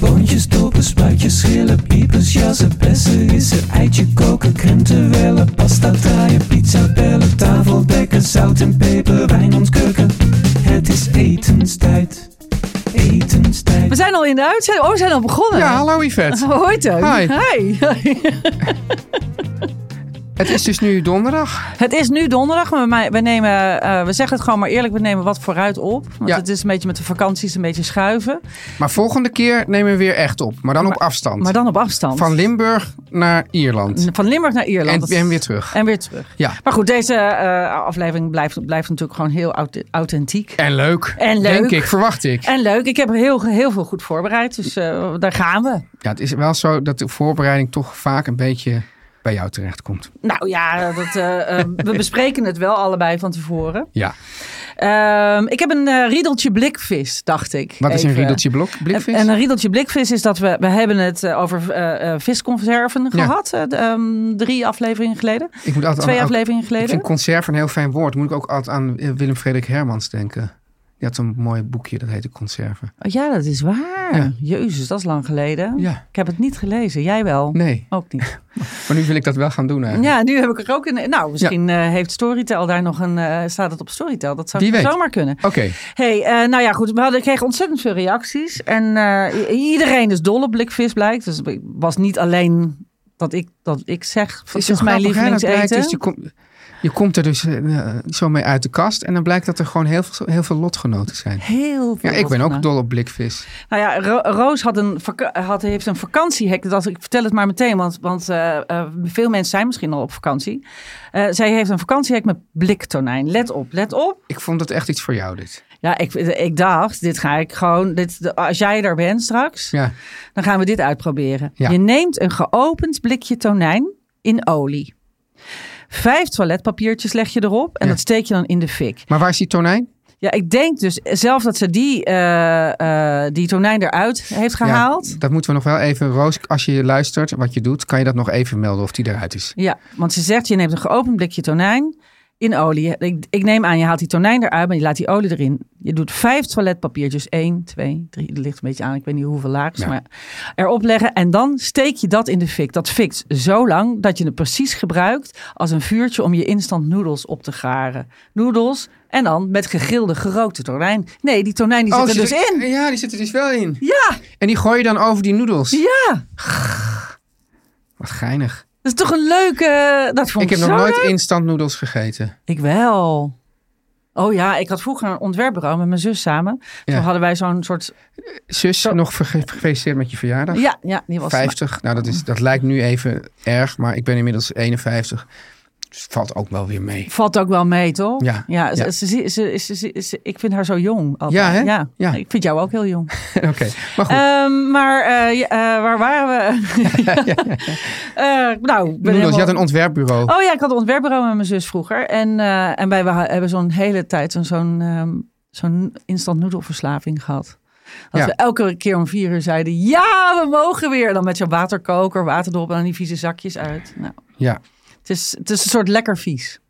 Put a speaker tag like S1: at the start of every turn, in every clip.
S1: Boontjes, dopen, spruitjes, schillen, piepers, jassen, bessen, rissen, eitje koken, krenten wellen, pasta draaien, pizza bellen, tafel dekken, zout en peper, wijn ontkurken. Het is etenstijd, etenstijd.
S2: We zijn al in de uitzending. Oh, we zijn al begonnen.
S3: Ja, hallo Yvette.
S2: Hoi Teun.
S3: Hi.
S2: Hi.
S3: Het is dus nu donderdag.
S2: Het is nu donderdag, maar wij- we, nemen, eh, we zeggen het gewoon maar eerlijk, we nemen wat vooruit op. Want
S3: Ja.
S2: het is een beetje met de vakanties een beetje schuiven.
S3: Maar volgende keer nemen we weer echt op. Maar dan op afstand.
S2: Maar dan op afstand.
S3: Van Limburg naar Ierland.
S2: Van Limburg naar Ierland.
S3: En-
S2: Dat is-
S3: en weer terug.
S2: En weer terug.
S3: Ja.
S2: Maar goed, deze eh, aflevering blijft, blijft natuurlijk gewoon heel aut- authentiek.
S3: En leuk.
S2: En leuk.
S3: Denk ik, verwacht ik.
S2: En leuk. Ik heb heel, heel veel goed voorbereid, dus eh, daar gaan we.
S3: Ja, het is wel zo dat de voorbereiding toch vaak een beetje bij jou terechtkomt.
S2: Nou ja, dat, eh, eh, we bespreken het wel allebei van tevoren.
S3: Ja.
S2: Ehm, ik heb een eh, riedeltje blikvis, dacht ik.
S3: Wat is een
S2: Even.
S3: riedeltje blok, blikvis?
S2: En een riedeltje blikvis is dat we, we hebben het eh, over eh, eh, visconserven
S3: Ja.
S2: gehad. eh, de, ehm, drie afleveringen geleden.
S3: ik moet altijd
S2: Twee
S3: aan-
S2: afleveringen
S3: Ik
S2: geleden.
S3: vind conserve een heel fijn woord. Moet ik ook altijd aan eh, Willem Frederik Hermans denken. Die had een mooi boekje, dat heette Conserve.
S2: Oh, ja, dat is waar.
S3: Ja.
S2: Jezus, dat is lang geleden.
S3: Ja.
S2: Ik heb het niet gelezen. Jij wel?
S3: Nee,
S2: Ook niet.
S3: maar nu wil ik dat wel gaan doen eigenlijk.
S2: Ja, nu heb ik er ook een. Nou, misschien eh, heeft Storytel daar nog een. eh, staat het op Storytel? Dat zou
S3: Wie weet.
S2: zomaar kunnen.
S3: Oké,
S2: Hey, eh, nou ja, goed. We hadden, kregen ontzettend veel reacties. En eh, i- iedereen is dol op blikvis, blijkt. Dus het was niet alleen dat ik, dat ik zeg,
S3: Het
S2: het is mijn
S3: grappig, hè, dat blijkt
S2: lievelingseten.
S3: Dus je, kom- je komt er dus eh, eh, zo mee uit de kast. En dan blijkt dat er gewoon heel veel, heel veel lotgenoten zijn.
S2: Heel veel
S3: Ja, ik ben
S2: lotgenoten.
S3: ook dol op blikvis.
S2: Nou ja, Ro- Roos had een vaka- had, heeft een vakantiehek. Dat, ik vertel het maar meteen, want, want eh, eh, veel mensen zijn misschien al op vakantie. Eh, zij heeft een vakantiehek met bliktonijn. Let op, let op.
S3: Ik vond het echt iets voor jou, dit.
S2: Ja, ik, ik dacht, dit ga ik gewoon. Dit, als jij er bent straks,
S3: Ja,
S2: Dan gaan we dit uitproberen.
S3: Ja.
S2: Je neemt een geopend blikje tonijn in olie. Vijf toiletpapiertjes leg je erop en
S3: Ja.
S2: dat steek je dan in de fik.
S3: maar waar is die tonijn?
S2: Ja, ik denk dus zelf dat ze die, eh, eh, die tonijn eruit heeft
S3: Ja,
S2: gehaald. Ja.
S3: dat moeten we nog wel even... Roos, als je luistert wat je doet, kan je dat nog even melden of die eruit is.
S2: want ze zegt je neemt een geopend blikje tonijn in olie. Ik, ik neem aan, je haalt die tonijn eruit, maar je laat die olie erin. Je doet vijf toiletpapiertjes. Eén, twee, drie. Dat ligt een beetje aan. Ik weet niet hoeveel laagjes,
S3: Ja.
S2: maar erop leggen. En dan steek je dat in de fik. Dat fikt zo lang dat je het precies gebruikt als een vuurtje om je instant noedels op te garen. Noedels en dan met gegrilde gerookte tonijn. Nee, die tonijn die zit er dus in.
S3: Ja, Oh, die zit er dus wel in.
S2: Ja,
S3: En die gooi je dan over die noedels.
S2: ja.
S3: Wat geinig.
S2: Dat is toch een leuke... eh, Dat vond
S3: Ik
S2: ik,
S3: heb nog
S2: zo
S3: nooit
S2: leuk.
S3: instant noedels gegeten.
S2: Ik wel. Oh ja, ik had vroeger een ontwerpbureau met mijn zus samen. Toen
S3: Ja.
S2: hadden wij zo'n soort...
S3: Zus, nog verge- gefeliciteerd met je verjaardag.
S2: Ja, ja die was...
S3: 50. Nou, dat, is, dat lijkt nu even erg, maar ik ben inmiddels 51. Dus valt ook wel weer mee.
S2: Valt ook wel mee, toch?
S3: Ja,
S2: ja, ze-
S3: ja.
S2: Ze, ze, ze, ze- ze- ik vind haar zo jong. altijd.
S3: Ja, hè?
S2: Ja.
S3: Ja.
S2: ik vind jou ook heel jong.
S3: Oké, maar goed.
S2: Ehm, maar eh, ja, eh, waar waren we? Eh, nou, ik ben
S3: Noedels,
S2: helemaal-
S3: je had een ontwerpbureau.
S2: Oh ja, ik had een ontwerpbureau met mijn zus vroeger. En, eh, en wij wa- hebben zo'n hele tijd zo'n- zo'n ehm, zo'n instant noedelverslaving gehad. Dat
S3: Ja.
S2: we elke keer om vier uur zeiden, ja, we mogen weer. En dan met zo'n waterkoker, waterdrop en dan die vieze zakjes uit. Nou,
S3: Ja,
S2: het, is, het is een soort lekker vies.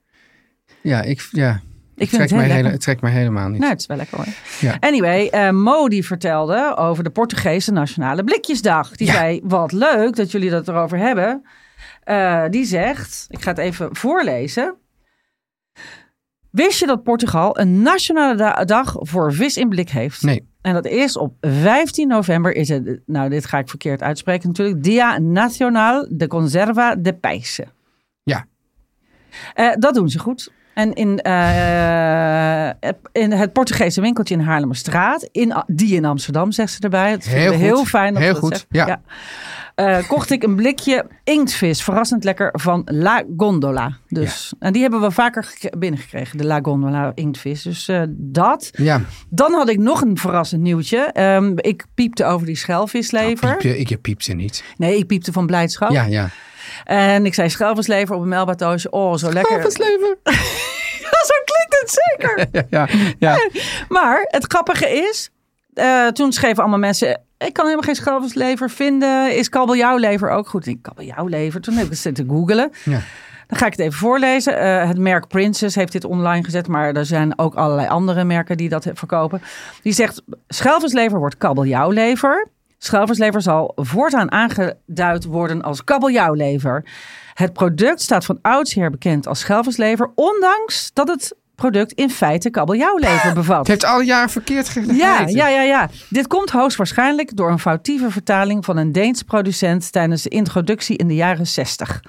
S3: ja, ik, ja.
S2: Ik vind
S3: trekt
S2: het heel
S3: mij
S2: lekker.
S3: hele, het trekt mij helemaal niet.
S2: Nou, het is wel lekker hoor.
S3: Ja.
S2: Anyway, eh, Mo die vertelde over de Portugese Nationale Blikjesdag. Die
S3: Ja.
S2: zei, wat leuk dat jullie dat erover hebben. Eh, die zegt, ik ga het even voorlezen. Wist je dat Portugal een nationale da- dag voor vis in blik heeft?
S3: Nee.
S2: En dat is op 15 november is het, nou dit ga ik verkeerd uitspreken natuurlijk, Dia Nacional de Conserva de Pijse.
S3: Ja.
S2: Eh, dat doen ze goed. En in, eh, in het Portugese winkeltje in Haarlemmerstraat, in, A- die in Amsterdam, zegt ze erbij. Dat vinden
S3: Heel
S2: we
S3: goed.
S2: heel fijn. Dat ze
S3: Heel
S2: dat
S3: goed,
S2: zegt.
S3: ja.
S2: Eh, kocht ik een blikje inktvis, verrassend lekker, van La Gondola. Dus. En die hebben we vaker gek- binnengekregen, de La Gondola inktvis. Dus eh, dat.
S3: Ja,
S2: Dan had ik nog een verrassend nieuwtje. Ehm, ik piepte over die schelvislever.
S3: piep je, ik je piep ze niet.
S2: nee, ik piepte van blijdschap.
S3: Nou, Ja, ja.
S2: En ik zei schelvislever op een melbatoosje. Oh, zo lekker.
S3: Levensleven.
S2: Ja, zo klinkt het zeker.
S3: Ja, ja, ja.
S2: Maar het grappige is, eh, toen schreven allemaal mensen... Ik kan helemaal geen schelvislever vinden. Is kabeljauwlever ook goed? Ik denk, kabeljauwlever? Toen heb ik het zitten googelen.
S3: Ja.
S2: Dan ga ik het even voorlezen. Eh, het merk Princess heeft dit online gezet, maar er zijn ook allerlei andere merken die dat verkopen. Die zegt: schelvislever wordt kabeljauwlever. Schelvislever zal voortaan aangeduid worden als kabeljauwlever. Het product staat van oudsher bekend als schelvislever, ondanks dat het product in feite kabeljauwlever bevat.
S3: Het heeft alle jaren verkeerd gegeten.
S2: Ja, ja, ja, ja. Dit komt hoogstwaarschijnlijk door een foutieve vertaling van een Deens producent tijdens de introductie in de jaren 60.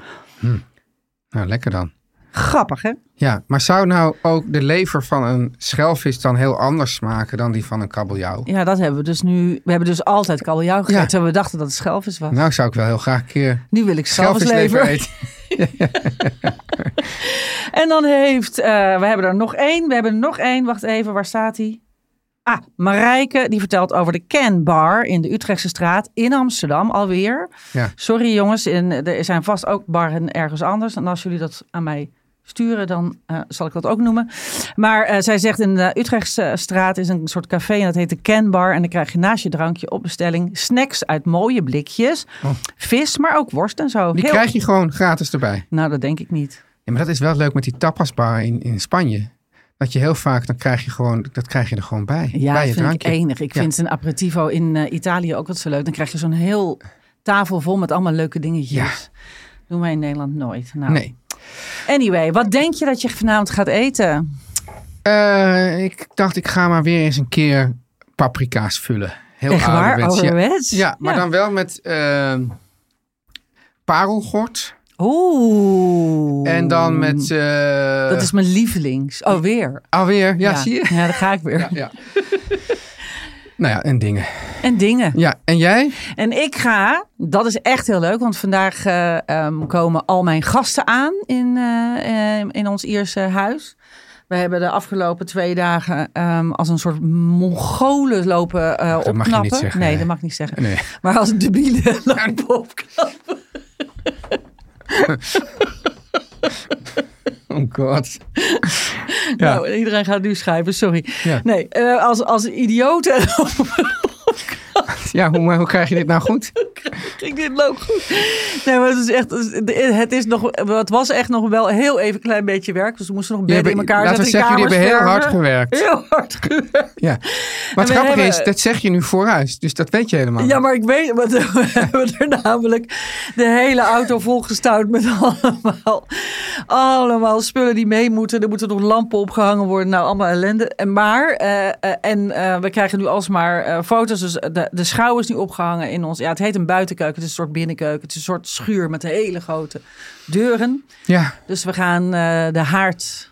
S3: Nou, lekker dan.
S2: Grappig, hè?
S3: Ja, maar zou nou ook de lever van een schelvis dan heel anders smaken dan die van een kabeljauw?
S2: Ja, dat hebben we dus nu. We hebben dus altijd kabeljauw gegeten. En we dachten dat het schelvis was.
S3: Nou, zou ik wel heel graag een keer
S2: nu wil ik
S3: schelvislever
S2: schelvislever.
S3: eten.
S2: En dan heeft... eh, we hebben er nog één. We hebben er nog één. Wacht even, waar staat die? Ah, Marijke, die vertelt over de Can Bar in de Utrechtse straat in Amsterdam alweer.
S3: Ja.
S2: Sorry jongens, in, er zijn vast ook barren ergens anders. En als jullie dat aan mij sturen, dan eh, zal ik dat ook noemen. Maar eh, zij zegt in de Utrechtse straat is een soort café en dat heet de Can Bar. En dan krijg je naast je drankje op bestelling snacks uit mooie blikjes. Vis, maar ook worst en zo.
S3: Oh. Die
S2: Heel-
S3: krijg je gewoon gratis erbij.
S2: Nou, dat denk ik niet.
S3: Ja, maar dat is wel leuk met die tapasbar in, in Spanje. Dat je heel vaak, dan krijg je, gewoon, dat krijg je er gewoon bij.
S2: Ja,
S3: bij je
S2: dat vind
S3: drankje.
S2: ik enig. Ik
S3: Ja.
S2: vind een aperitivo in eh, Italië ook wat zo leuk. Dan krijg je zo'n heel tafel vol met allemaal leuke dingetjes. Doen wij in Nederland nooit. Nou,
S3: Nee.
S2: Anyway, wat denk je dat je vanavond gaat eten?
S3: Eh, ik dacht, ik ga maar weer eens een keer paprika's vullen. Heel
S2: Echt waar?
S3: ouderwets. Ja,
S2: Ouderwets?
S3: ja, maar dan wel met eh, parelgort.
S2: Oeh.
S3: En dan met... eh,
S2: Dat is mijn lievelings. Oh, weer.
S3: Alweer, ja, zie je?
S2: Ja, daar ga ik weer.
S3: Ja, ja. nou ja, en dingen.
S2: En dingen.
S3: Ja, en jij?
S2: En ik ga, dat is echt heel leuk, want vandaag eh, ehm, komen al mijn gasten aan in, eh, eh, in ons Ierse huis. We hebben de afgelopen twee dagen ehm, als een soort Mongolen lopen eh,
S3: je
S2: opknappen.
S3: niet zeggen,
S2: nee,
S3: hè?
S2: dat mag ik niet zeggen.
S3: Nee.
S2: Maar als debielen lopen opknappen.
S3: Oh god. Ja.
S2: Nou, iedereen gaat nu schrijven, sorry.
S3: Ja.
S2: Nee, eh, als, als idioten
S3: Ja, hoe, hoe krijg je dit nou goed?
S2: Ik dit loopt goed. Nee, maar het is echt. Het, is nog, het was echt nog wel heel even een klein beetje werk. Dus we moesten nog
S3: Je
S2: bedden
S3: hebt-
S2: in elkaar
S3: laten we
S2: zetten.
S3: zeggen, jullie hebben heel hard gewerkt.
S2: Heel hard gewerkt.
S3: Ja. Maar het
S2: we
S3: grappige is,
S2: hebben-
S3: dat zeg je nu vooruit. Dus dat weet je helemaal.
S2: Ja, maar ik weet, want we hebben er namelijk de hele auto volgestouwd met allemaal, allemaal spullen die mee moeten. Er moeten nog lampen opgehangen worden, nou allemaal ellende. En maar, eh, eh, en eh, we krijgen nu alsmaar eh foto's. Dus de, de schouw is nu opgehangen in ons, ja het heet een buitenkeuken, het is een soort binnenkeuken. Het is een soort schuur met hele grote deuren.
S3: Ja,
S2: Dus we gaan eh, de haard,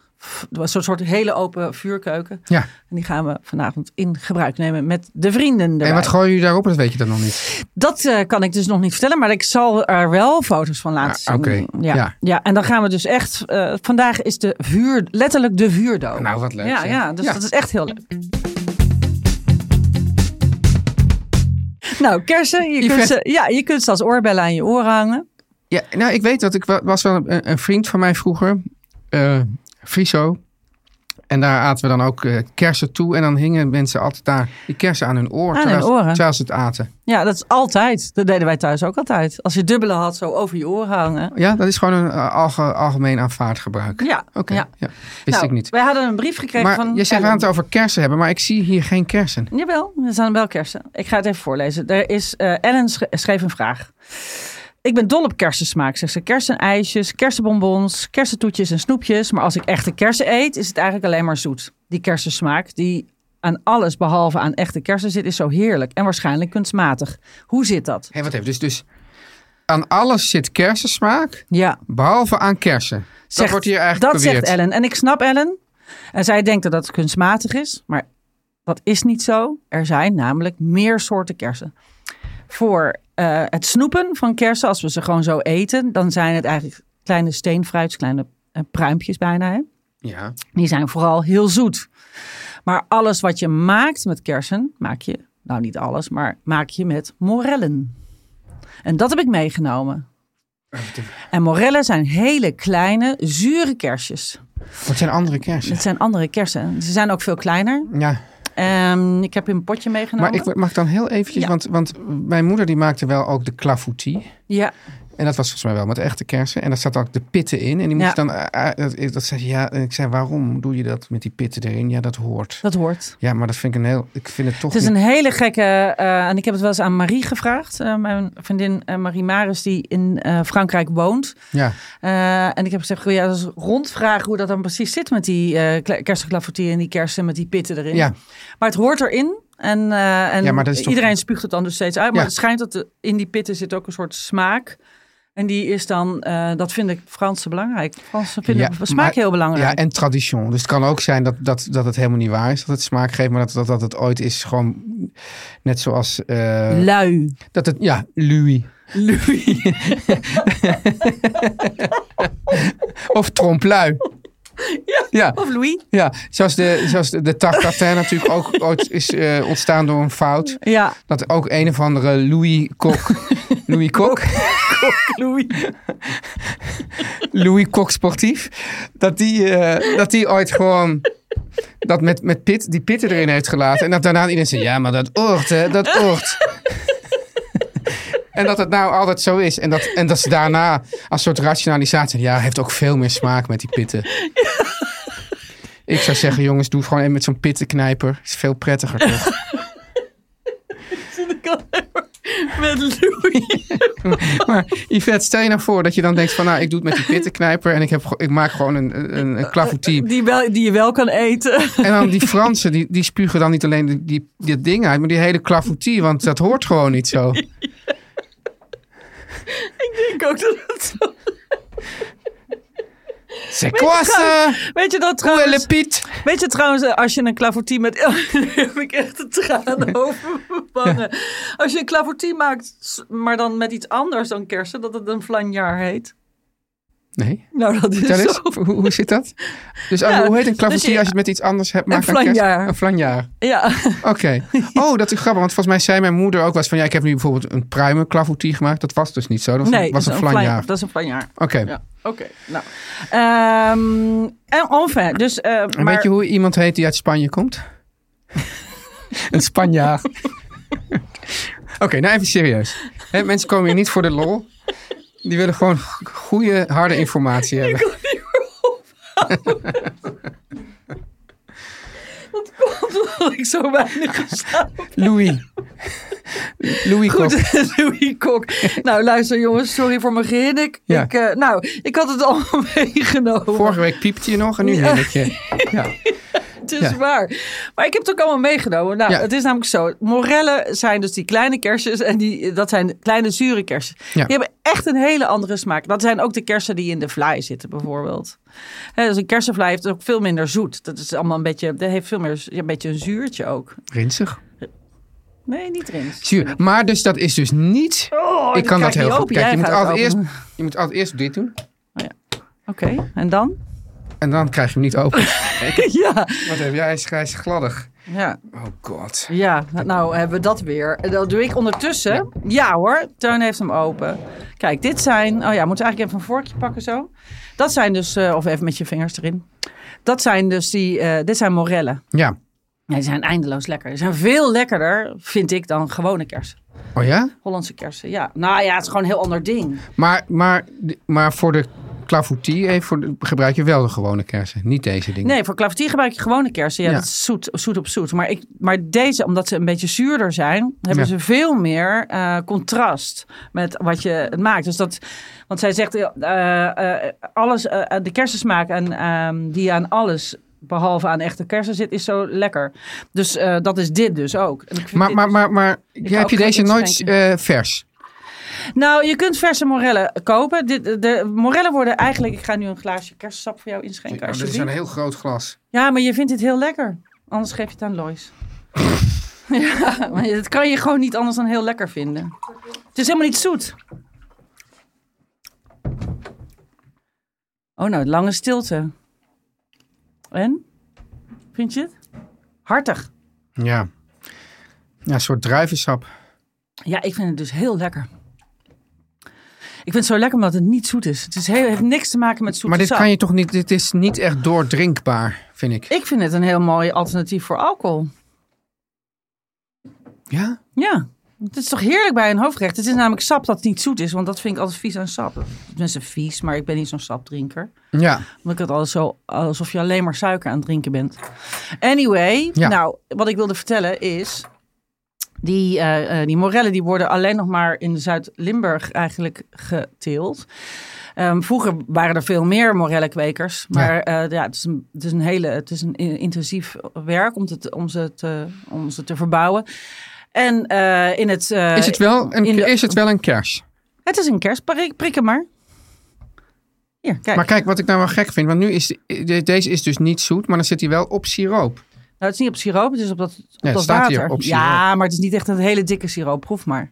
S2: een soort, soort hele open vuurkeuken.
S3: ja.
S2: En die gaan we vanavond in gebruik nemen met de vrienden erbij.
S3: En wat gooien jullie daarop? Dat weet je dan nog niet.
S2: Dat eh, kan ik dus nog niet vertellen, maar ik zal er wel foto's van laten zien.
S3: Ah, oké.
S2: Ja, ja.
S3: Ja.
S2: en dan gaan we dus echt. eh, vandaag is de vuur, letterlijk de vuurdoop.
S3: Nou, wat leuk.
S2: ja,
S3: zeg.
S2: ja, dus dat is echt heel leuk. Nou, kersen, je, kunt
S3: Yvette.
S2: ze, ja, je kunt ze als oorbellen aan je oren hangen.
S3: Ja, nou, ik weet dat ik wa- was wel een, een vriend van mij vroeger, eh Friso. En daar aten we dan ook eh, kersen toe. En dan hingen mensen altijd daar die kersen aan hun oor.
S2: Aan
S3: terwijl,
S2: hun
S3: ze-
S2: oren.
S3: Terwijl ze het aten.
S2: Ja, dat is altijd. Dat deden wij thuis ook altijd. Als je dubbele had, zo over je oren hangen.
S3: Ja, dat is gewoon een eh, alge- algemeen aanvaard gebruik.
S2: Ja,
S3: Oké,
S2: ja.
S3: ja. wist
S2: Nou,
S3: ik niet.
S2: Wij hadden een brief gekregen
S3: Maar
S2: van.
S3: je zegt
S2: Ellen.
S3: aan het over kersen hebben, maar ik zie hier geen kersen.
S2: Jawel, er zijn wel kersen. Ik ga het even voorlezen. Er is, eh, Ellen sch- schreef een vraag. Ik ben dol op kersensmaak, zegt ze. Kersenijsjes, kersenbonbons, kersentoetjes en snoepjes. Maar als ik echte kersen eet, is het eigenlijk alleen maar zoet. Die kersensmaak, die aan alles behalve aan echte kersen zit, is zo heerlijk. En waarschijnlijk kunstmatig. Hoe zit dat?
S3: Hé, wat even. Dus, dus aan alles zit kersensmaak,
S2: Ja,
S3: behalve aan kersen. dat
S2: zegt-
S3: wordt hier eigenlijk
S2: dat
S3: beweerd.
S2: zegt Ellen. En ik snap Ellen. En zij denkt dat dat kunstmatig is. Maar dat is niet zo. Er zijn namelijk meer soorten kersen. Voor eh, het snoepen van kersen, als we ze gewoon zo eten, dan zijn het eigenlijk kleine steenfruits, kleine eh, pruimpjes bijna. Hè?
S3: Ja.
S2: Die zijn vooral heel zoet. Maar alles wat je maakt met kersen, maak je, nou niet alles, maar maak je met morellen. En dat heb ik meegenomen. En morellen zijn hele kleine, zure kersjes.
S3: Wat zijn andere kersen?
S2: Het zijn andere kersen. Ze zijn ook veel kleiner.
S3: Ja.
S2: Ehm, ik heb een potje meegenomen.
S3: Maar ik mag ik dan heel eventjes,
S2: Nou. Ja.
S3: want, want mijn moeder die maakte wel ook de clafoutie.
S2: Ja,
S3: En dat was volgens mij wel met echte kersen. En daar zat ook de pitten in. En die moest
S2: Ja.
S3: dan, eh, eh, dat, dat zei, ze, ja, en ik zei, waarom doe je dat met die pitten erin? Ja, dat hoort.
S2: dat hoort.
S3: Ja, maar dat vind ik een heel, ik vind het toch
S2: Het is
S3: niet-
S2: een hele gekke, eh, en ik heb het wel eens aan Marie gevraagd. eh, mijn vriendin eh, Marie Maris, die in eh, Frankrijk woont.
S3: Ja,
S2: Eh, en ik heb gezegd, goh, ja, dat is rondvragen hoe dat dan precies zit met die uh, en die kersen met die pitten erin.
S3: ja.
S2: Maar het hoort erin. En, eh, en
S3: Ja, maar dat is toch-
S2: iedereen spuugt het dan dus steeds uit. Maar
S3: Ja.
S2: het schijnt dat de- in die pitten zit ook een soort smaak. En die is dan, eh, dat vind ik Fransen belangrijk. Fransen vinden
S3: Ja,
S2: smaak
S3: maar-
S2: heel belangrijk.
S3: ja, en tradition. Dus het kan ook zijn dat, dat, dat het helemaal niet waar is, dat het smaak geeft, maar dat, dat, dat het ooit is gewoon net zoals... eh,
S2: Lui.
S3: dat het, ja, Louis.
S2: Lui.
S3: Of tromplui.
S2: Ja.
S3: ja.
S2: Of Louis.
S3: Ja, zoals de, zoals de, de tartatin natuurlijk ook ooit is eh, ontstaan door een fout.
S2: Ja,
S3: Dat ook een of andere Louis Kok, Louis Kok,
S2: Louis.
S3: Louis Kok sportief, dat die, eh, dat die ooit gewoon dat met, met pit, die pitten erin heeft gelaten. En dat daarna iedereen zei, ja, maar dat oort, hè, dat oort. En dat het nou altijd zo is. En dat, en dat ze daarna als soort rationalisatie... Ja, heeft ook veel meer smaak met die pitten. Ik zou zeggen, jongens, doe gewoon een met zo'n pittenknijper. Is veel prettiger, toch?
S2: Met Louis.
S3: Maar Yvette, stel je nou voor dat je dan denkt van... nou, ik doe het met die pittenknijper en ik, heb, ge- ik maak gewoon een, een, een clafoutie.
S2: Die, wel, die je wel kan eten.
S3: En dan die Fransen, die, die spugen dan niet alleen die, die, dit ding uit... maar die hele clafoutie, want dat hoort gewoon niet zo.
S2: ik denk ook dat het zo-
S3: C'est quoi ça?
S2: Weet je dat
S3: Où est le
S2: trouwens?
S3: piet?
S2: Weet je trouwens, eh, als je een clavourtie met... Oh, heb ik echt een traan over mijn wangen. Als je een clavourtie maakt, s- maar dan met iets anders dan kersen, dat het een flanjaar heet.
S3: Nee,
S2: Nou, dat is
S3: vertel
S2: zo.
S3: eens. Hoe, hoe zit dat? Dus ah,
S2: Ja,
S3: hoe heet een clafoutie
S2: dus je-
S3: als je het met iets anders hebt? maakt
S2: Een
S3: dan kerst?
S2: flanjaar.
S3: Een flanjaar.
S2: Ja,
S3: Oké. Oh, dat is grappig. Want volgens mij zei mijn moeder ook wel eens van... ja, ik heb nu bijvoorbeeld een pruimenclafoutie gemaakt. Dat was dus niet zo. Dat was,
S2: nee,
S3: een, was
S2: dat
S3: een
S2: is
S3: flanjaar.
S2: Dat is een flanjaar.
S3: Oké.
S2: Ja, oké. Nou. Ehm, en enfin, dus... eh,
S3: En
S2: maar,
S3: weet je hoe iemand heet die uit Spanje komt? een Spanjaard. Oké, nou even serieus. Hè, mensen komen hier niet voor de lol. Die willen gewoon g- goede, harde informatie hebben.
S2: Dat komt omdat ik zo weinig geslapen
S3: Louis. Louis Kok.
S2: Goed, Louis Kok. Nou, luister jongens, sorry voor mijn gehinnik.
S3: Ja.
S2: Ik, eh, nou, ik had het al meegenomen.
S3: Vorige week piepte je nog en nu
S2: Ja.
S3: ja. je. Ja.
S2: Het is
S3: Ja.
S2: waar. Maar ik heb het ook allemaal meegenomen. Nou,
S3: Ja.
S2: het is namelijk zo. Morellen zijn dus die kleine kersjes. En die, dat zijn kleine zure kersen.
S3: Ja.
S2: Die hebben echt een hele andere smaak. Dat zijn ook de kersen die in de vlaai zitten bijvoorbeeld. Hè, dus een kersenvlaai heeft ook veel minder zoet. Dat is allemaal een beetje... Dat heeft veel meer een beetje een zuurtje ook.
S3: Rinsig.
S2: Nee, niet rins.
S3: Zuur. Maar dus dat is dus niet...
S2: Oh,
S3: ik kan
S2: kijk
S3: dat heel
S2: niet
S3: goed.
S2: open.
S3: Kijk,
S2: Jij
S3: je moet,
S2: gaat het
S3: altijd eerst,
S2: open.
S3: je moet altijd eerst dit doen.
S2: Oké, en dan?
S3: En dan krijg je hem niet open.
S2: ja.
S3: Wat heb jij? Hij is, hij is gladdig.
S2: ja.
S3: Oh god.
S2: Ja, nou hebben we dat weer. En Dat doe ik ondertussen. Ja, hoor, Teun heeft hem open. Kijk, dit zijn... Oh ja, moeten we eigenlijk even een vorkje pakken zo. Dat zijn dus... eh, of even met je vingers erin. Dat zijn dus die... eh, dit zijn morellen.
S3: Ja.
S2: Ja, die zijn eindeloos lekker. Die zijn veel lekkerder, vind ik, dan gewone kersen.
S3: Oh ja?
S2: Hollandse kersen, ja. Nou ja, het is gewoon een heel ander ding.
S3: Maar, maar, maar voor de clafoutie heeft, voor, de- gebruik je wel de gewone kersen. Niet deze dingen.
S2: Nee, voor klavertier gebruik je gewone kersen. Ja,
S3: Ja.
S2: dat is zoet, zoet op zoet. Maar, ik, maar deze, omdat ze een beetje zuurder zijn, hebben
S3: Ja.
S2: ze veel meer eh, contrast met wat je het maakt. Dus dat, want zij zegt, eh, eh, alles, eh, de kersensmaak en, ehm, die aan alles behalve aan echte kersen zit, is zo lekker. Dus eh, dat is dit dus ook. En ik vind
S3: Maar,
S2: dit
S3: maar,
S2: dus-
S3: maar, maar
S2: ga
S3: heb
S2: ook
S3: je
S2: geen
S3: deze
S2: iets
S3: nooit eh, vers?
S2: Nou, je kunt verse morellen kopen. Dit, de morellen worden eigenlijk... Ik ga nu een glaasje kersensap voor jou inschenken.
S3: Oh, dit is
S2: alsjeblieft.
S3: een heel groot glas.
S2: Ja, maar je vindt dit heel lekker. Anders geef je het aan Lois. ja, maar dat kan je gewoon niet anders dan heel lekker vinden. Het is helemaal niet zoet. Oh, nou, lange stilte. En? Vind je het? Hartig.
S3: Ja. Ja, een soort druivensap.
S2: Ja, ik vind het dus heel lekker. Ik vind het zo lekker omdat het niet zoet is. Het is heel, heeft niks te maken met zoete
S3: Maar dit
S2: sap.
S3: kan je toch niet... Dit is niet echt doordrinkbaar, vind ik.
S2: Ik vind het een heel mooi alternatief voor alcohol.
S3: Ja?
S2: Ja, het is toch heerlijk bij een hoofdgerecht. Het is namelijk sap dat niet zoet is, want dat vind ik altijd vies aan sap. Tenminste vies, maar ik ben niet zo'n sapdrinker.
S3: Ja.
S2: Omdat ik het altijd zo, alsof je alleen maar suiker aan het drinken bent. Anyway,
S3: Ja.
S2: nou, wat ik wilde vertellen is... Die, eh, eh, die morellen die worden alleen nog maar in Zuid-Limburg eigenlijk geteeld. Ehm, vroeger waren er veel meer morellenkwekers. Maar eh, ja. ja, het, is een, het is een hele het is een in- intensief werk om, het, om, ze, te, om ze te verbouwen. En eh, in het... eh,
S3: Is het wel een,
S2: in de-
S3: is het wel een kers?
S2: het is een kerst, prik, prik hem maar. Hier, kijk.
S3: Maar kijk, wat ik nou wel gek vind. Want nu is... de- Deze is dus niet zoet, maar dan zit hij wel op siroop.
S2: Nou, het is niet op siroop, het is op dat, op
S3: Ja, het
S2: dat
S3: staat
S2: water.
S3: hier op siroop.
S2: ja, maar het is niet echt een hele dikke siroop. Proef maar.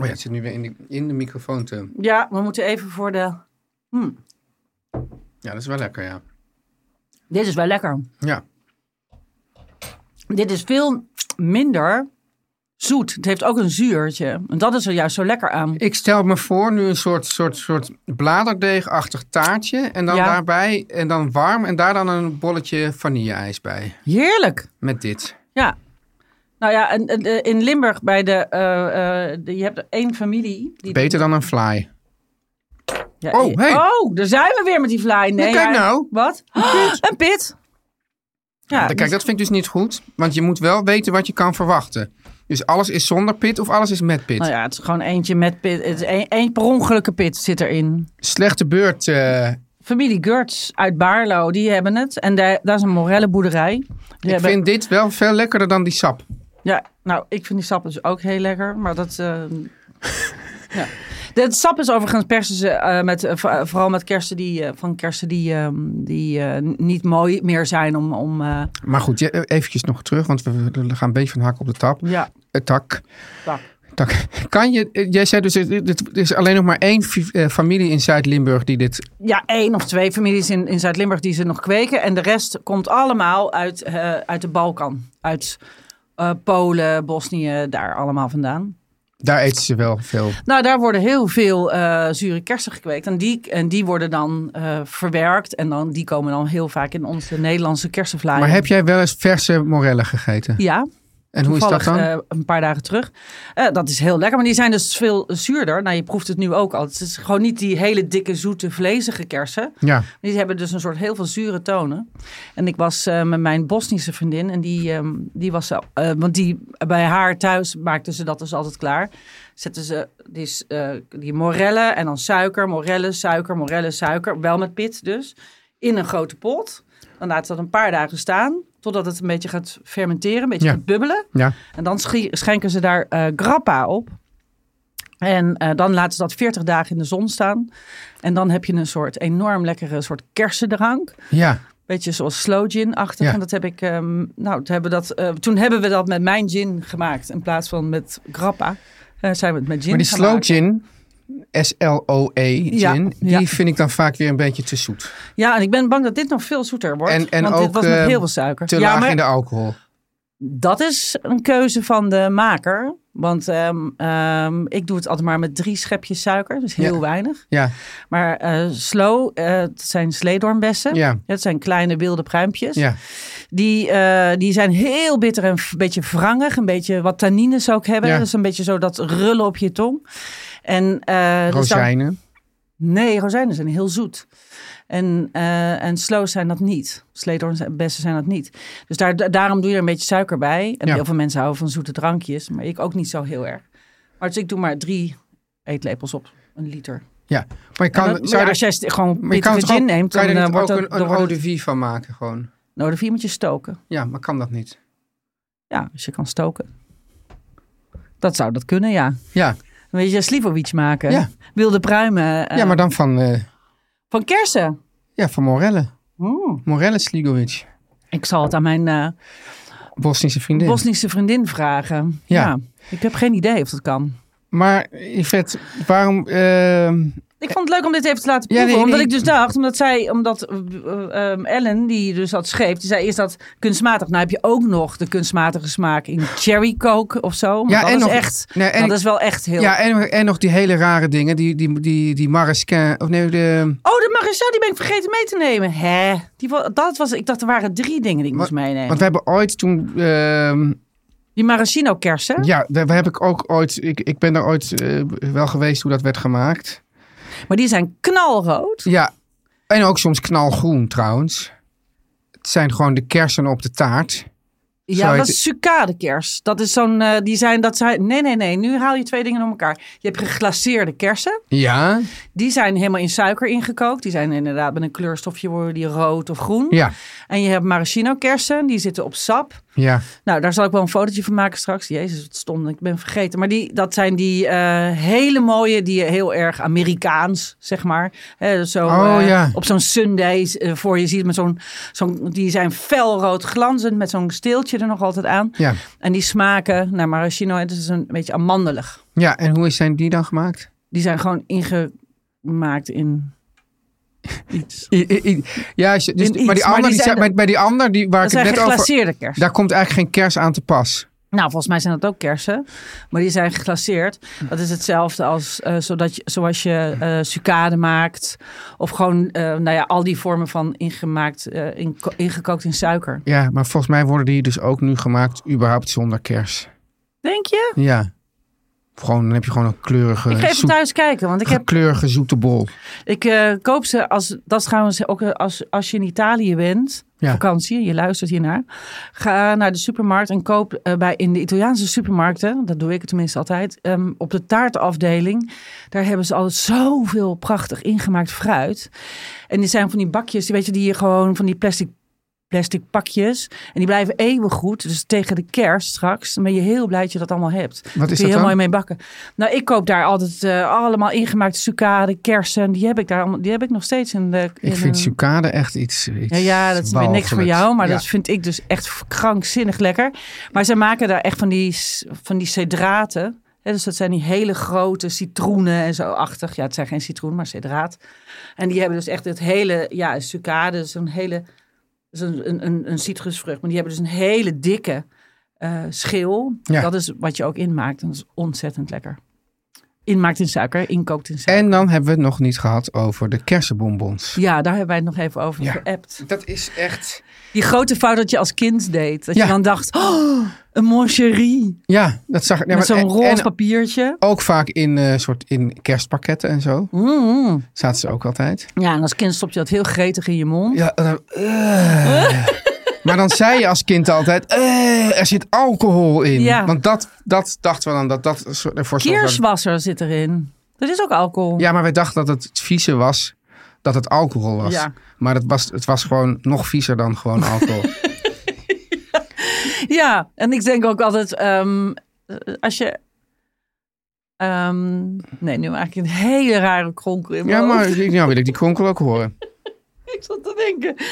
S3: Oh ja, het zit nu weer in de, in de microfoon te...
S2: Ja, we moeten even voor de...
S3: Ja, dat is wel lekker, ja.
S2: Dit is wel lekker.
S3: Ja.
S2: Dit is veel minder zoet. Het heeft ook een zuurtje. En dat is er juist zo lekker aan.
S3: Ik stel me voor nu een soort, soort, soort bladerdeegachtig taartje. En dan
S2: Ja.
S3: daarbij, en dan warm. En daar dan een bolletje vanille-ijs bij.
S2: Heerlijk.
S3: Met dit.
S2: Ja. Nou ja, en, en, eh, in Limburg bij de, eh, eh, de- Je hebt één familie. Die,
S3: Beter dan een fly.
S2: Ja,
S3: Oh,
S2: eh,
S3: hey.
S2: oh, daar zijn we weer met die fly. Nee,
S3: Nou, kijk
S2: ja.
S3: nou.
S2: Wat? een pit. Ja,
S3: kijk, dat vind ik dus niet goed. Want je moet wel weten wat je kan verwachten. Dus alles is zonder pit of alles is met pit.
S2: Nou ja, het is gewoon eentje met pit. Het is één, één per ongelukke pit zit erin.
S3: Slechte beurt. eh,
S2: Familie Gerts uit Baarlo, die hebben het. En daar, daar is een morellenboerderij. Die
S3: ik
S2: hebben-
S3: vind dit wel veel lekkerder dan die sap.
S2: Ja, nou, ik vind die sap dus ook heel lekker. Maar dat... eh, ja. De sap is overigens persen ze eh, met, eh, voor- vooral met kersen die, eh, van kersen die, ehm, die eh, niet mooi meer zijn om... om eh,
S3: Maar goed, je- eventjes nog terug. Want we we gaan een beetje van hak op de tap.
S2: ja,
S3: Eh, tak.
S2: tak.
S3: tak. Kan je, eh, jij zei dus, eh, dit, dit- er is alleen nog maar één fi- eh, familie in Zuid-Limburg die dit
S2: Ja, één of twee families in, in Zuid-Limburg die ze nog kweken. En de rest komt allemaal uit, eh, uit de Balkan. Uit eh, Polen, Bosnië, daar allemaal vandaan.
S3: Daar eten ze wel veel.
S2: Nou, daar worden heel veel eh zure kersen gekweekt. En die, en die worden dan eh, verwerkt. En dan, die komen dan heel vaak in onze Nederlandse kersenvlaaien.
S3: Maar heb jij wel eens verse morellen gegeten?
S2: Ja,
S3: En hoe is dat
S2: toevallig
S3: dan?
S2: eh, een paar dagen terug. Eh, dat is heel lekker, maar die zijn dus veel zuurder. Nou, je proeft het nu ook al. Het is gewoon niet die hele dikke, zoete, vlezige kersen.
S3: ja.
S2: Die hebben dus een soort heel veel zure tonen. En ik was eh, met mijn Bosnische vriendin. En die, ehm, die was... eh, want die, bij haar thuis maakten ze dat dus altijd klaar. Zetten ze die, s- eh, die morellen en dan suiker, morellen, suiker, morellen, suiker. Wel met pit dus. In een grote pot. Dan laten ze dat een paar dagen staan. Totdat het een beetje gaat fermenteren. Een beetje
S3: Ja.
S2: gaat bubbelen.
S3: ja.
S2: En dan schie- schenken ze daar eh, grappa op. En eh, dan laten ze dat 40 dagen in de zon staan. En dan heb je een soort enorm lekkere soort kersendrank.
S3: Ja.
S2: Beetje zoals slow gin-achtig.
S3: Ja.
S2: En dat heb ik, ehm, nou, toen hebben, we dat, eh, toen hebben we dat met mijn gin gemaakt. In plaats van met grappa eh, zijn we het met gin
S3: Maar die
S2: gaan
S3: slow
S2: maken.
S3: gin, S-L-O-E E, gin,
S2: Ja,
S3: die
S2: ja.
S3: vind ik dan vaak weer een beetje te zoet.
S2: Ja, en ik ben bang dat dit nog veel zoeter wordt.
S3: En- en
S2: want
S3: ook,
S2: dit was
S3: eh,
S2: met heel veel suiker.
S3: Te
S2: ja,
S3: laag
S2: maar
S3: in de alcohol.
S2: dat is een keuze van de maker. Want ehm, ehm, ik doe het altijd maar met drie schepjes suiker, dus heel
S3: Ja.
S2: weinig.
S3: Ja,
S2: Maar eh slow, eh, het zijn sleedormbessen.
S3: Ja.
S2: Dat zijn kleine wilde pruimpjes.
S3: ja.
S2: Die, eh, die zijn heel bitter en een beetje wrangig. Een beetje wat tannines ook hebben.
S3: Ja.
S2: Dus een beetje zo dat rullen op je tong. En, eh, dat zou-
S3: Rozijnen.
S2: nee, rozijnen zijn heel zoet. En, eh en sloos zijn dat niet. Sleedormbessen zijn dat niet. Dus daar, da- daarom doe je er een beetje suiker bij. En
S3: Ja.
S2: heel veel mensen houden van zoete drankjes. Maar ik ook niet zo heel erg. Maar dus ik doe maar drie eetlepels op. Een liter.
S3: Ja. Maar je
S2: Kan,
S3: kan, zou
S2: ja,
S3: je-
S2: als jij st- gewoon
S3: maar je kan
S2: pittige
S3: het
S2: gin
S3: ook,
S2: neemt,
S3: kan
S2: dan
S3: je
S2: eh,
S3: er niet
S2: wordt
S3: ook
S2: dat...
S3: een,
S2: dan
S3: een
S2: wordt het-
S3: rode vie van maken gewoon.
S2: Nou, de vier moet je stoken.
S3: Ja, maar kan dat niet?
S2: Ja, als je kan stoken. Dat zou dat kunnen, ja.
S3: Ja,
S2: Een beetje Slivovic maken.
S3: Ja.
S2: Wilde pruimen. eh,
S3: ja maar dan van, eh,
S2: Van kersen.
S3: ja, van Morelle. Morelle Sligovic.
S2: Ik zal het aan mijn eh,
S3: Bosnische vriendin.
S2: Bosnische vriendin vragen.
S3: Ja.
S2: Ik heb geen idee of dat kan.
S3: maar Yvette, waarom... ehm,
S2: Ik vond het leuk om dit even te laten
S3: Ja,
S2: proeven.
S3: nee,
S2: omdat
S3: nee.
S2: ik dus dacht, omdat zij, omdat eh, eh, eh, Ellen, die dus dat schreef, die zei eerst dat kunstmatig. Nou heb je ook nog de kunstmatige smaak in cherry coke of zo. Maar
S3: Ja,
S2: dat
S3: en
S2: is
S3: nog-
S2: echt,
S3: nee, en
S2: dat
S3: ik-
S2: is wel echt heel...
S3: ja, en, en nog die hele rare dingen. Die, die, die, die Mariskin... Of nee, de...
S2: Oh, de marechal, die ben ik vergeten mee te nemen. Hè? Die, wa- dat was, ik dacht, er waren drie dingen die ik moest meenemen.
S3: Want we hebben ooit toen... ehm,
S2: Die maraschino kersen.
S3: ja, daar daar heb ik ook ooit... Ik, ik ben er ooit eh, wel geweest hoe dat werd gemaakt.
S2: Maar die zijn knalrood.
S3: Ja, en ook soms knalgroen trouwens. Het zijn gewoon de kersen op de taart.
S2: Ja,
S3: Zou
S2: dat
S3: je-
S2: is sucadekers. Dat is zo'n, eh, die zijn, dat zijn, nee, nee, nee, nu haal je twee dingen door elkaar. Je hebt geglaceerde kersen.
S3: Ja,
S2: Die zijn helemaal in suiker ingekookt. Die zijn inderdaad met een kleurstofje worden die rood of groen.
S3: ja,
S2: En je hebt maraschino kersen, die zitten op sap.
S3: ja.
S2: Nou, daar zal ik wel een fotootje van maken straks. Jezus, wat stom, ik ben vergeten. Maar die, dat zijn die eh, hele mooie, die heel erg Amerikaans, zeg maar. Eh, dus zo,
S3: Oh,
S2: eh,
S3: ja.
S2: Op zo'n Sunday eh, voor je ziet, met zo'n, zo'n, die zijn felrood glanzend, met zo'n steeltje er nog altijd aan.
S3: Ja.
S2: En die smaken naar maraschino, dus het is een beetje amandelig.
S3: Ja, en hoe zijn die dan gemaakt?
S2: Die zijn gewoon ingemaakt in iets.
S3: I- I- I- ja, als je- dus,
S2: In iets,
S3: maar die
S2: maar
S3: ander,
S2: die
S3: die
S2: zijn
S3: zijn,
S2: er-
S3: bij, bij die ander die, waar
S2: Dat
S3: ik het
S2: zijn
S3: net over...
S2: geglaceerde kersen.
S3: Daar komt eigenlijk geen kers aan te pas.
S2: Nou, volgens mij zijn dat ook kersen. Maar die zijn geglaceerd. Dat is hetzelfde als eh, zodat je, zoals je eh sucade maakt. Of gewoon eh, nou ja, al die vormen van ingemaakt, eh, in- ingekookt in suiker.
S3: Ja, maar volgens mij worden die dus ook nu gemaakt überhaupt zonder kers.
S2: Denk je?
S3: Ja. Gewoon, dan heb je gewoon een kleurige,
S2: Ik ga even
S3: zoet-
S2: thuis kijken. Want ik, heb,
S3: kleurige zoete bol.
S2: ik eh, koop ze als. Dat is trouwens ook eh, als, als je in Italië bent.
S3: Ja.
S2: Vakantie, je luistert hiernaar. Ga naar de supermarkt en koop eh, bij, in de Italiaanse supermarkten. Dat doe ik tenminste altijd. ehm, op de taartafdeling. Daar hebben ze altijd zoveel prachtig ingemaakt fruit. En die zijn van die bakjes, die weet je, die je gewoon van die plastic, plastic pakjes. En die blijven eeuwig goed. Dus tegen de kerst straks ben je heel blij dat je dat allemaal hebt. Daar
S3: is
S2: kun
S3: dat
S2: je heel
S3: dan?
S2: mooi mee bakken. Nou, ik koop daar altijd eh, allemaal ingemaakte sucade, kersen. Die heb ik daar allemaal, die heb ik nog steeds in de.
S3: Ik
S2: in
S3: vind
S2: een-
S3: sucade echt iets, iets
S2: ja, ja, dat is weer niks voor
S3: walgelijks.
S2: jou, maar
S3: Ja.
S2: dat vind ik dus echt krankzinnig lekker. Maar ze maken daar echt van die, van die cedraten. Hè, dus dat zijn die hele grote citroenen en zo-achtig. Ja, het zijn geen citroenen, maar cedraat. En die hebben dus echt het hele, ja, een sucade, dus een hele, dus een, een, een, een citrusvrucht. Maar die hebben dus een hele dikke eh, schil.
S3: Ja.
S2: Dat is wat je ook inmaakt. En dat is ontzettend lekker. Inmaakt in suiker, inkookt in suiker.
S3: En dan hebben we het nog niet gehad over de kersenbonbons.
S2: Ja, daar hebben wij het nog even over
S3: Ja.
S2: geappt.
S3: Dat is echt...
S2: Die grote fout dat je als kind deed. Dat
S3: Ja.
S2: je dan dacht, oh, een moncherie.
S3: Ja, dat zag ik... Ja,
S2: met
S3: maar-
S2: zo'n
S3: en-
S2: roze
S3: en
S2: papiertje.
S3: Ook vaak in, eh, soort in kerstpakketten en zo.
S2: Mm.
S3: Zaten ze ook altijd.
S2: Ja, en als kind stop je dat heel gretig in je mond.
S3: Ja, dan- eh. maar dan zei je als kind altijd, eh, er zit alcohol in.
S2: Ja.
S3: Want dat, dat dachten we dan, dat dat zo- ervoor zorgde dat-
S2: Keerswasser zit erin. Dat is ook alcohol.
S3: Ja, maar wij dachten dat het vieze was, dat het alcohol was.
S2: Ja.
S3: Maar het was, het was gewoon nog viezer dan gewoon alcohol.
S2: Ja, en ik denk ook altijd, ehm, eh, als je... ehm, nee, nu maak ik een hele rare kronkel in mijn
S3: ja, maar
S2: hoofd.
S3: ik- nou wil ik die kronkel ook horen.
S2: Ik zat te denken.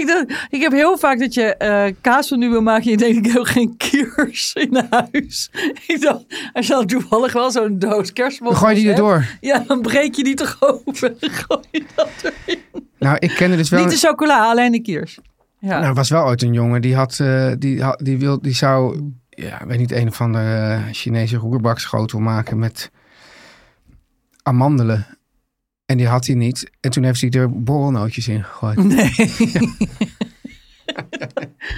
S2: Ik, dacht, ik heb heel vaak dat je eh kaas van nu wil maken. En je denkt, ik heb geen keers in huis. Ik dacht, als je dan toevallig wel zo'n doos kerstboom
S3: Dan gooi je die
S2: hebt,
S3: erdoor.
S2: Ja, dan breek je die toch open. Dan gooi je dat erin.
S3: Nou, ik kende dus wel...
S2: Niet de chocola, alleen de kiers. Ja.
S3: Nou, er was wel ooit een jongen die had, eh, die, had- die, wil, die zou ja, ik weet niet, een of andere Chinese roerbakschotel maken met amandelen. En die had hij niet. En toen heeft hij er borrelnootjes in gegooid.
S2: Nee.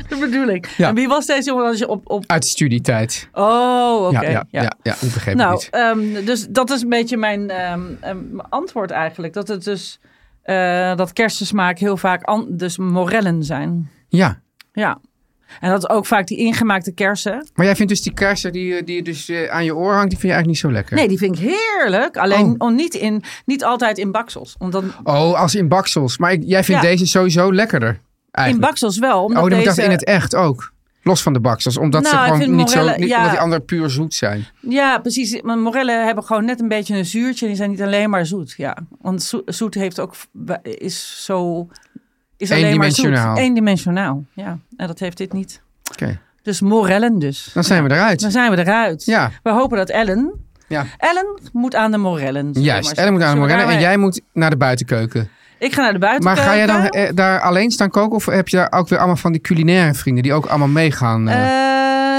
S2: Dat bedoel ik.
S3: Ja.
S2: En wie was deze jongen als je op... op...
S3: Uit studietijd.
S2: Oh, oké.
S3: ja, ja, ja. ja, ik begreep het
S2: Nou,
S3: niet.
S2: ehm, dus dat is een beetje mijn ehm, ehm, antwoord eigenlijk. Dat het dus... eh, dat kersensmaak heel vaak an- dus morellen zijn.
S3: Ja,
S2: Ja. En dat ook vaak die ingemaakte kersen.
S3: maar jij vindt dus die kaarsen die, je- die je dus eh, aan je oor hangt, die vind je eigenlijk niet zo lekker?
S2: Nee, die vind ik heerlijk. Alleen om niet, in, niet altijd in baksels. Omdat
S3: Oh, als in baksels. Maar ik- jij vindt
S2: Ja.
S3: deze sowieso lekkerder.
S2: in
S3: Eigenlijk.
S2: baksels wel. Omdat
S3: Oh, dan
S2: deze,
S3: ik dacht in het echt ook. Los van de baksels, omdat
S2: Nou, ik
S3: ze
S2: vind
S3: gewoon niet zo,
S2: morellen-
S3: niet,
S2: ja.
S3: omdat die anderen puur zoet zijn.
S2: Ja, precies. Maar morellen hebben gewoon net een beetje een zuurtje. Die zijn niet alleen maar zoet. Ja. Want zo- zoet heeft ook, is zo. Is alleen maar zoet.
S3: Eendimensionaal.
S2: Eendimensionaal. Ja. En dat heeft dit niet.
S3: Oké,
S2: Dus morellen dus.
S3: dan zijn we eruit.
S2: Dan zijn we eruit.
S3: Ja.
S2: We hopen dat Ellen.
S3: Ja.
S2: Ellen moet aan de morellen. zullen we maar
S3: Juist, Ellen moet aan de
S2: zullen we
S3: morellen
S2: daar
S3: en jij moet naar de buitenkeuken.
S2: maar- Ik ga naar de buiten.
S3: Maar ga jij dan eh, daar alleen staan koken of heb je daar ook weer allemaal van die culinaire vrienden die ook allemaal meegaan? eh?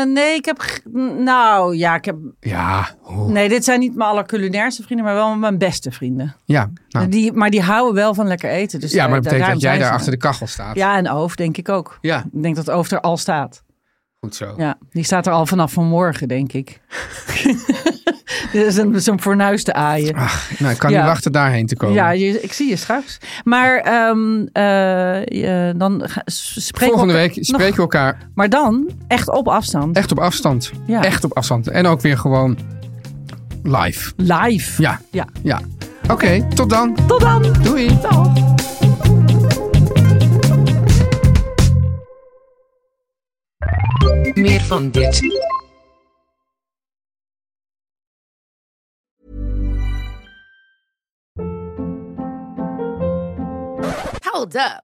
S2: nee, ik heb. g- Nou ja, ik heb.
S3: ja, oh.
S2: Nee, dit zijn niet mijn allerculinairste vrienden, maar wel mijn beste vrienden.
S3: ja, nou.
S2: Die, maar die houden wel van lekker eten. Dus
S3: ja, maar
S2: eh,
S3: dat betekent
S2: daarom
S3: dat jij
S2: zijn
S3: daar
S2: ze
S3: achter de kachel staat.
S2: Ja, en Oof denk ik ook.
S3: Ja,
S2: Ik denk dat Oof er al staat.
S3: goed zo.
S2: Ja, die staat er al vanaf vanmorgen, denk ik. Dit is een- zo'n fornuis te aaien.
S3: Ach, nou, ik kan
S2: Ja.
S3: niet wachten daarheen te komen.
S2: ja, je- ik zie je straks. Maar ehm, eh, je- dan ga- s- spreken
S3: Volgende
S2: we
S3: week
S2: elkaar-
S3: spreken we elkaar
S2: nog- maar dan echt op afstand.
S3: echt op afstand.
S2: Ja.
S3: Echt op afstand. En ook weer gewoon live.
S2: Live.
S3: Ja,
S2: ja.
S3: ja. Oké, tot dan.
S2: Tot dan.
S3: Doei.
S2: Dag.
S4: Meer van dit.
S5: Hold up.